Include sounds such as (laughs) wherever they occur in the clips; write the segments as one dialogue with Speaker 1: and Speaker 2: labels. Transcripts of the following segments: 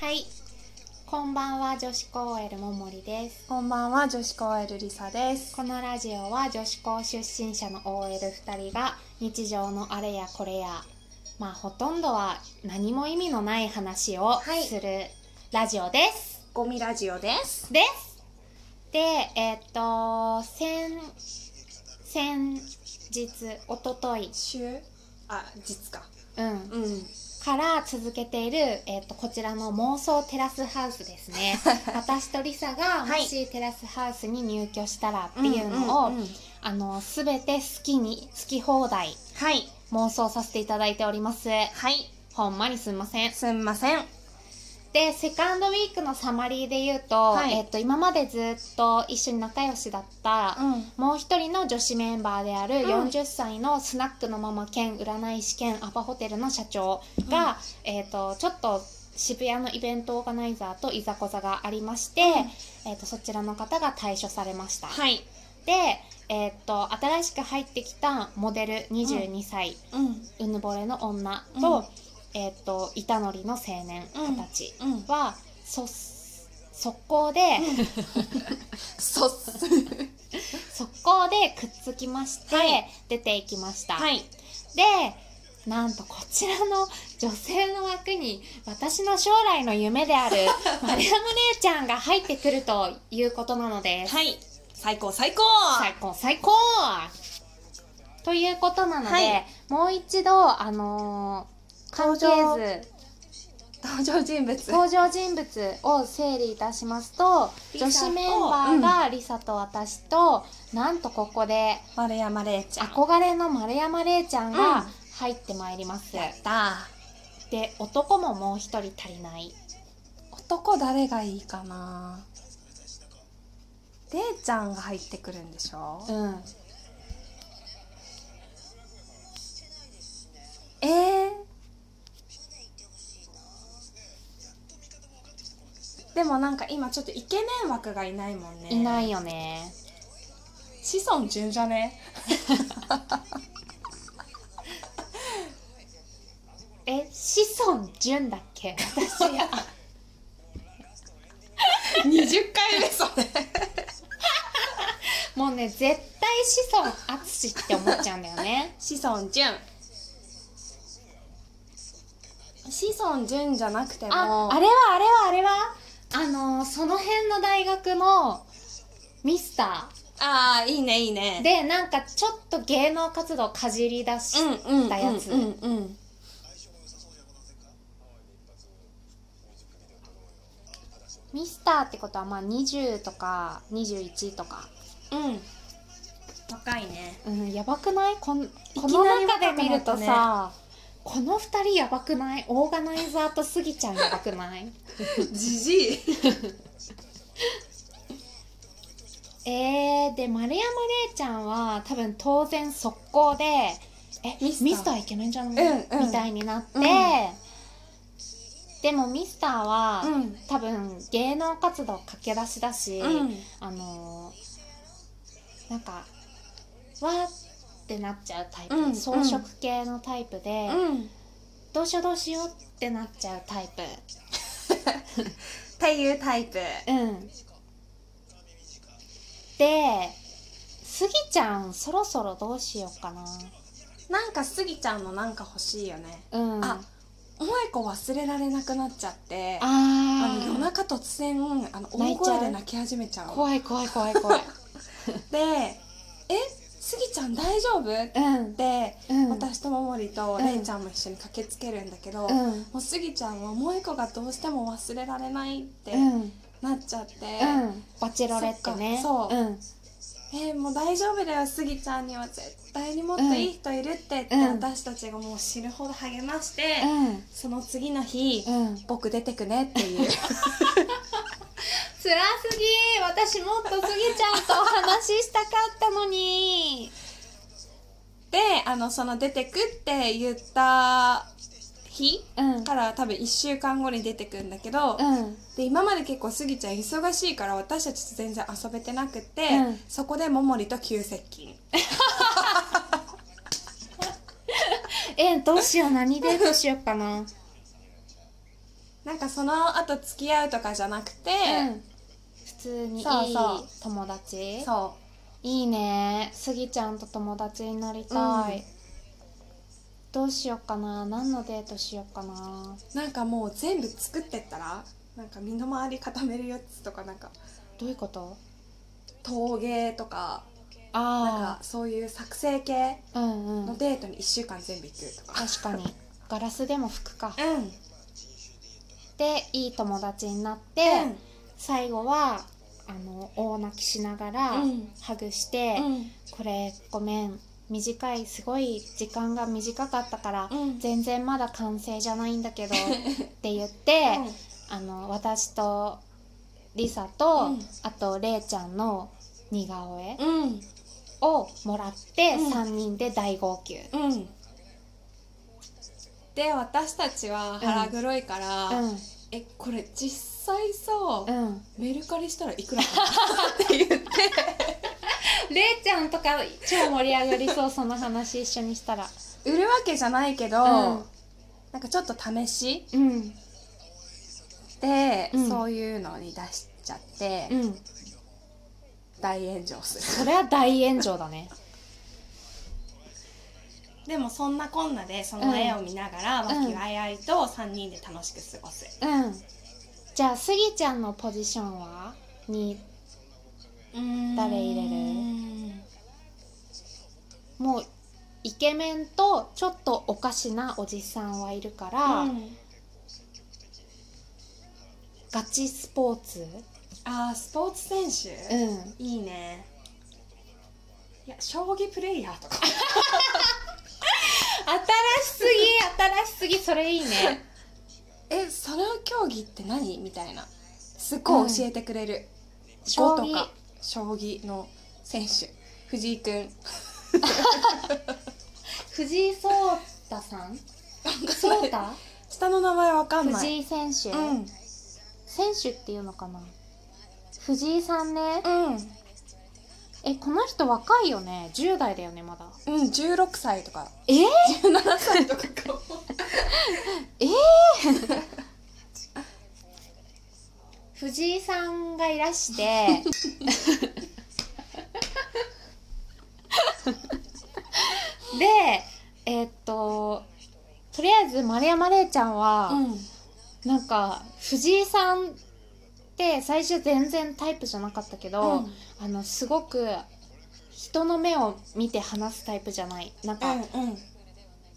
Speaker 1: はい。こんばんは、女子高 L ももりです。
Speaker 2: こんばんは、女子高 L りさです。
Speaker 1: このラジオは女子高出身者の OL2 人が日常のあれやこれや、まあほとんどは何も意味のない話を
Speaker 2: はい
Speaker 1: するラジオです。
Speaker 2: ゴミラジオです。
Speaker 1: です。で、えっと、先、先日、おととい、
Speaker 2: 週あ、実か。
Speaker 1: うん、
Speaker 2: うん。
Speaker 1: から続けている、えっとこちらの妄想テラスハウスです
Speaker 2: (laughs)
Speaker 1: ね私とリサがも
Speaker 2: はい
Speaker 1: しテラスハウスに入居したらっていうのを、
Speaker 2: うんうんうん
Speaker 1: あの全て好きに好き放題
Speaker 2: はい。
Speaker 1: 妄想させていただいております
Speaker 2: はい。
Speaker 1: ほんまにすんません
Speaker 2: すんません。
Speaker 1: でセカンドウィークのサマリーで言うと、
Speaker 2: はい
Speaker 1: えっと今までずっと一緒に仲良しだった、
Speaker 2: ん。
Speaker 1: もう一人の女子メンバーである
Speaker 2: うん
Speaker 1: 40歳のスナックのママ兼占い師兼アパホテルの社長が、えっとちょっと渋谷のイベントオーガナイザーといざこざがありまして、えっとそちらの方が退所されました、
Speaker 2: はい。
Speaker 1: で、えっと新しく入ってきたモデル22歳、
Speaker 2: うん。
Speaker 1: うぬぼれの女
Speaker 2: う
Speaker 1: と
Speaker 2: ん,、
Speaker 1: えっと板のりの青年
Speaker 2: うん
Speaker 1: 二十
Speaker 2: うん
Speaker 1: 歳。は、そ速攻で、
Speaker 2: そっす。
Speaker 1: 速攻でくっつきまして、
Speaker 2: はい
Speaker 1: 出ていきました、
Speaker 2: はい。
Speaker 1: でなんとこちらの女性の枠に私の将来の夢であ
Speaker 2: (laughs)
Speaker 1: る丸山姉ちゃんが入ってくるということなのです
Speaker 2: はい。最高、最高
Speaker 1: 最高最高ということなので、
Speaker 2: はい
Speaker 1: もう一度あのー関係
Speaker 2: 登
Speaker 1: 図
Speaker 2: 登場人物。
Speaker 1: (laughs) 登場人物を整理いたしますと
Speaker 2: リ
Speaker 1: 女
Speaker 2: サと
Speaker 1: 子メンバーがリサと私と、なんとここで
Speaker 2: 丸山礼ちゃん。
Speaker 1: 憧れの丸山礼ちゃん
Speaker 2: うん
Speaker 1: が入ってまいります、
Speaker 2: だ。
Speaker 1: で男ももう一人足りない
Speaker 2: 男誰がいいかな礼ちゃんが入ってくるんでしょ
Speaker 1: うん
Speaker 2: えー、でもなんか今ちょっとイケメン枠がいないもんね
Speaker 1: いないいよね
Speaker 2: 子孫順じゃね
Speaker 1: え子孫淳だっ
Speaker 2: (laughs)
Speaker 1: け私が
Speaker 2: 20回目それ
Speaker 1: もうね絶対子孫淳って思っちゃうんだよ
Speaker 2: (laughs)
Speaker 1: ね
Speaker 2: 子孫順子孫順じゃなくても
Speaker 1: ああ
Speaker 2: れ
Speaker 1: れはあれはあれはあのーその辺の大学のミスタ
Speaker 2: あーいいねいい
Speaker 1: ー
Speaker 2: ね
Speaker 1: でなんかちょっと芸能活動かじり出し、
Speaker 2: うんうん
Speaker 1: たやつ
Speaker 2: うんうん、うん
Speaker 1: ミスターってことはまあ20とか21とか
Speaker 2: うん若いね
Speaker 1: うん、やばくないこんこの
Speaker 2: なり
Speaker 1: 中で見ると
Speaker 2: 若くな
Speaker 1: さ、この二人やばくないオーガナイザーとスギちゃんやばくない
Speaker 2: (laughs) じじい
Speaker 1: えー、で丸山礼ちゃんは多分当然速攻で「えミ
Speaker 2: ミ
Speaker 1: スター
Speaker 2: スター
Speaker 1: イケメンじゃん、
Speaker 2: うんうん
Speaker 1: みたいになって、
Speaker 2: うん
Speaker 1: でもミスターは、
Speaker 2: うん
Speaker 1: 多分芸能活動駆け出しだし、
Speaker 2: うん
Speaker 1: あのーなんかわーってなっちゃうタイプ、
Speaker 2: うん
Speaker 1: 装飾系のタイプで。
Speaker 2: うん
Speaker 1: どうしようどうしようってなっちゃうタイプ
Speaker 2: っていうタイプ
Speaker 1: うんでスギちゃんそろそろどうしようかな
Speaker 2: なんかスギちゃんのなんか欲しいよね
Speaker 1: うん
Speaker 2: あ萌子忘れられなくなっちゃってあ
Speaker 1: あ
Speaker 2: の
Speaker 1: ー
Speaker 2: 夜中突然あの
Speaker 1: 泣
Speaker 2: 大
Speaker 1: いちゃう
Speaker 2: 声で泣き始めちゃう
Speaker 1: 怖い怖い怖い怖い
Speaker 2: で「えスギちゃん大丈夫?」
Speaker 1: (laughs)
Speaker 2: っ
Speaker 1: うん
Speaker 2: て、
Speaker 1: うん
Speaker 2: 私とももりと
Speaker 1: うん
Speaker 2: れいちゃんも一緒に駆けつけるんだけど、
Speaker 1: うん
Speaker 2: もうスギちゃんは萌子がどうしても忘れられないって
Speaker 1: うん
Speaker 2: なっちゃって、
Speaker 1: うんバチェロレットね
Speaker 2: そっかそ
Speaker 1: う
Speaker 2: う
Speaker 1: ん
Speaker 2: えーもう大丈夫だよスギちゃんには絶対にもっといい人いるって」って
Speaker 1: うん
Speaker 2: 私たちがもう知るほど励まして、
Speaker 1: うん
Speaker 2: その次の日、
Speaker 1: うん
Speaker 2: 僕出てくねって (laughs) いう
Speaker 1: 辛すぎ私もっとスギちゃんとお話ししたかったのに
Speaker 2: であのその出てくって言った日
Speaker 1: うん
Speaker 2: から多分1週間後に出てくんだけど、
Speaker 1: うん
Speaker 2: で今まで結構スギちゃん忙しいから私たちと全然遊べてなくて、
Speaker 1: うん
Speaker 2: そこでももりと急接近
Speaker 1: えどうしよう何でどうしようかな
Speaker 2: なんかその後付き合うとかじゃなくて、
Speaker 1: うん、普通にいい
Speaker 2: そうそう
Speaker 1: 友達
Speaker 2: そ
Speaker 1: いいねスギちゃんと友達になりたい、
Speaker 2: うん
Speaker 1: どうしよっかな何のデートしよっかな
Speaker 2: うなんかもう全部作ってったらなんか身の回り固めるやつとかなんか
Speaker 1: どういうこと
Speaker 2: 陶芸とかなん
Speaker 1: あ
Speaker 2: かそういう作成系
Speaker 1: あうんう
Speaker 2: の
Speaker 1: ん
Speaker 2: デートに1週間全部行くとか
Speaker 1: 確かにガラスでも吹くか
Speaker 2: うん、うん、
Speaker 1: でいい友達になって、最後はあの大泣きしながら、
Speaker 2: うん
Speaker 1: ハグして、
Speaker 2: うん
Speaker 1: これごめん短いすごい時間が短かったから、
Speaker 2: うん
Speaker 1: 全然まだ完成じゃないんだ (laughs) けどって言って、あの私とリサと、
Speaker 2: うん
Speaker 1: あとレイちゃんの似顔絵
Speaker 2: うん
Speaker 1: をもらって、
Speaker 2: うん
Speaker 1: 3人で大号泣。
Speaker 2: うんで私たちは腹黒いから、
Speaker 1: う
Speaker 2: えこれ実際さ、
Speaker 1: ん、うん
Speaker 2: メルカリしたらいくらかなって言って
Speaker 1: レイちゃんとか超盛り上がりそうその話一緒にしたら
Speaker 2: (laughs) 売るわけじゃないけど、
Speaker 1: うん
Speaker 2: なんかちょっと試し
Speaker 1: うん
Speaker 2: で、
Speaker 1: うん
Speaker 2: そういうのに出しちゃって、
Speaker 1: うん
Speaker 2: 大炎上す
Speaker 1: それは大炎上だね
Speaker 2: るでもそんなこんなでそ
Speaker 1: の絵を
Speaker 2: 見ながら、
Speaker 1: 和気
Speaker 2: あいあいと3人で楽しく過ごす、
Speaker 1: うんじゃあスギちゃんのポジションはに誰入れるもうイケメンとちょっとおかしなおじさんはいるから、
Speaker 2: あ、うん
Speaker 1: ガチスポーツ
Speaker 2: あースポーツ選
Speaker 1: うん
Speaker 2: 手、いいねいや将棋プレイヤーとか
Speaker 1: 新しすぎ新しすぎそれいいね
Speaker 2: (laughs)
Speaker 1: (laughs)
Speaker 2: えその競技って何みたいなすっごい教えてくれる、
Speaker 1: 将
Speaker 2: 将
Speaker 1: 棋
Speaker 2: 棋とか将棋の選手藤井君
Speaker 1: 藤井聡太さん聡太
Speaker 2: (laughs) 下の名前わかんない
Speaker 1: 藤井選手、
Speaker 2: うん
Speaker 1: 選手っていうのかな藤井さんね
Speaker 2: うん
Speaker 1: えこの人若いよね10代だよねまだ
Speaker 2: うん16歳とか
Speaker 1: えー、
Speaker 2: 17歳とかかも
Speaker 1: 藤井さんがいらしてでえーっととりあえず丸山礼ちゃんは、
Speaker 2: (laughs) うん
Speaker 1: なんか藤井さんって最初全然タイプじゃなかったけど、
Speaker 2: うん
Speaker 1: あのすごく人の目を見て話すタイプじゃないなんか、
Speaker 2: うんうん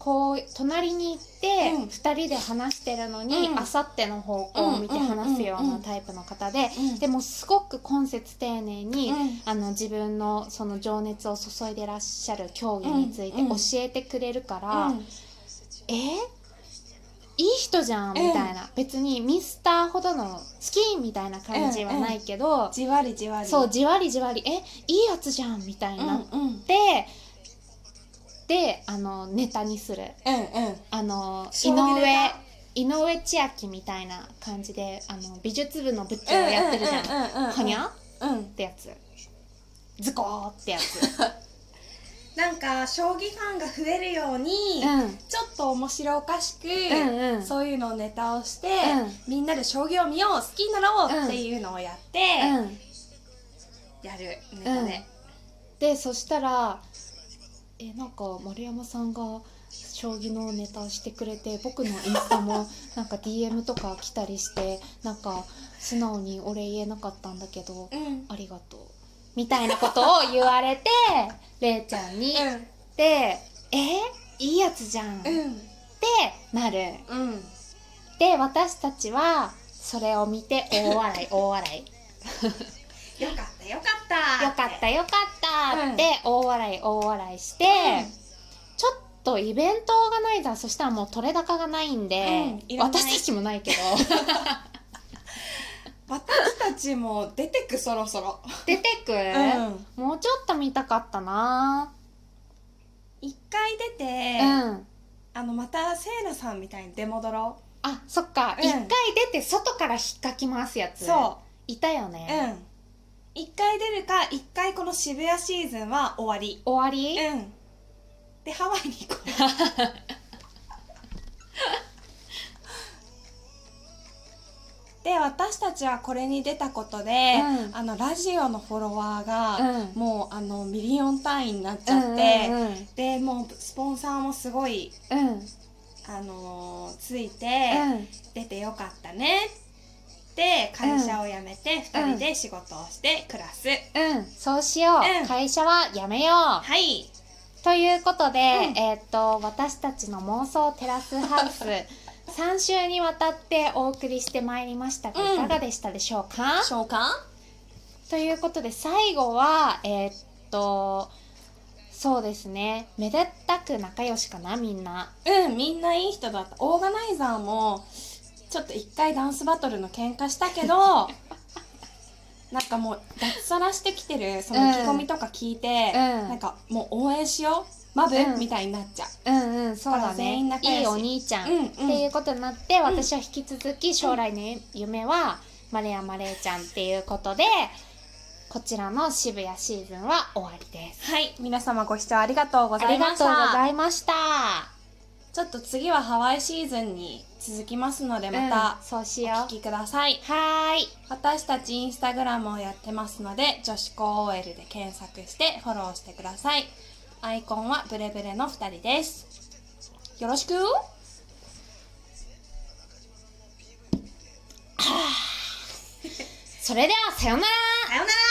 Speaker 1: こう隣に行って、
Speaker 2: うん
Speaker 1: 2人で話してるのに
Speaker 2: うん
Speaker 1: あさっての方向を見て話すようなタイプの方で、
Speaker 2: うん
Speaker 1: でもすごく懇切丁寧に、
Speaker 2: うん
Speaker 1: あの自分のその情熱を注いでらっしゃる競技について
Speaker 2: う
Speaker 1: 教
Speaker 2: んうん
Speaker 1: えてくれるから、
Speaker 2: うん
Speaker 1: えいい人じゃんみたいな、別にミスターほどの好きみたいな感じはないけど、
Speaker 2: じわりじわり
Speaker 1: そうじわりじわりえいいやつじゃんみたいになっ
Speaker 2: うんうん
Speaker 1: て、であのネタにする
Speaker 2: うんうん
Speaker 1: あの井
Speaker 2: 将棋
Speaker 1: 上
Speaker 2: ネタ
Speaker 1: 井上千秋みたいな感じであの美術部の部長をやってるじゃん,、
Speaker 2: うんうんうんうん
Speaker 1: ほにゃっ
Speaker 2: うん
Speaker 1: てやつズコーってやつ
Speaker 2: なんか将棋ファンが増えるように、
Speaker 1: うん
Speaker 2: ちょっと面白おかしく、
Speaker 1: うんうん
Speaker 2: そういうのをネタをして、
Speaker 1: う
Speaker 2: みんなで将棋を見よう好きになろうっていうのをやって、
Speaker 1: うん
Speaker 2: やるネタで、
Speaker 1: でそしたらえなんか丸山さんが将棋のネタしてくれて僕のインスタもなんか DM とか来たりしてなんか素直にお礼言えなかったんだけど
Speaker 2: うんうん
Speaker 1: ありがとうみたいなことを言われ
Speaker 2: (laughs)
Speaker 1: てれいちゃんに、でえいいやつじゃん、ってなる
Speaker 2: うんうん
Speaker 1: で私たちはそれを見て大
Speaker 2: (laughs)
Speaker 1: 笑い大笑
Speaker 2: よかったよかった
Speaker 1: いよかったよかった
Speaker 2: うん
Speaker 1: って大笑い大笑いして、
Speaker 2: うん
Speaker 1: ちょっとイベントオーガナイザーそしたらもう取れ高がないんで
Speaker 2: うん、いらない
Speaker 1: 私たちもない
Speaker 2: (laughs)
Speaker 1: けど
Speaker 2: 私たちも出てくそろそろ
Speaker 1: 出てく、もうちょっと見たかったな
Speaker 2: 一回出て、
Speaker 1: うん
Speaker 2: あのまたセイラさんみたいに出戻ろ
Speaker 1: あそっか
Speaker 2: うん
Speaker 1: 一、回出て外から引っかき回すや
Speaker 2: う
Speaker 1: つ
Speaker 2: そう
Speaker 1: いたよ
Speaker 2: う
Speaker 1: ね、
Speaker 2: ん一回出るか一回この渋谷シーズンは終わり
Speaker 1: 終わり、
Speaker 2: うんでハワイに (laughs) 行こう私たちはこれに出たことで、
Speaker 1: うん
Speaker 2: あのラジオのフォロワーが、
Speaker 1: うん
Speaker 2: もうあのミリオン単位になっち
Speaker 1: う
Speaker 2: ゃ
Speaker 1: ん
Speaker 2: って、
Speaker 1: うんうん
Speaker 2: でもうスポンサーもすごい、
Speaker 1: うんうん
Speaker 2: あのーついて、出てよかったねって会社を辞めて2人で仕事をして暮らす、
Speaker 1: うんそうしよう、
Speaker 2: うん
Speaker 1: 会社はやめよう
Speaker 2: はい
Speaker 1: ということで、
Speaker 2: うん
Speaker 1: えーっと私たちの妄想テラスハウ (laughs) ス3週にわたってお送りしてまいりましたが、
Speaker 2: うん
Speaker 1: いかがでしたでしょうか
Speaker 2: 召喚
Speaker 1: ということで最後はえーっとそうですねめでたく仲良しかなみんな
Speaker 2: うんみんないい人だったオーガナイザーもちょっと一回ダンスバトルの喧嘩したけ (laughs) どなんかもう脱サラしてきてるその意気込みとか聞いて、
Speaker 1: うん
Speaker 2: なんかもう応援しようマブ、
Speaker 1: うん
Speaker 2: みたいになっちゃう
Speaker 1: うんうんそうだ
Speaker 2: あ全
Speaker 1: ね
Speaker 2: 員仲良し
Speaker 1: いいお兄ちゃん、
Speaker 2: うんうん
Speaker 1: っていうことになって、私は引き続き将来のゆ夢はマレアマレーちゃんっていうことでこちらの渋谷シーズンは終わりです
Speaker 2: はい皆様ご視聴ありがとうござ
Speaker 1: あ
Speaker 2: い
Speaker 1: りが
Speaker 2: まし
Speaker 1: とうご
Speaker 2: た
Speaker 1: ざいました
Speaker 2: ちょっと次はハワイシーズンに続きますのでまた
Speaker 1: うん、そうし
Speaker 2: お
Speaker 1: よ
Speaker 2: 聞
Speaker 1: う
Speaker 2: きください、
Speaker 1: はーい
Speaker 2: 私たちインスタグラムをやってますので女子高 OL で検索してフォローしてくださいアイコンはブレブレの2人ですよろしく
Speaker 1: それではさようなら
Speaker 2: さようなら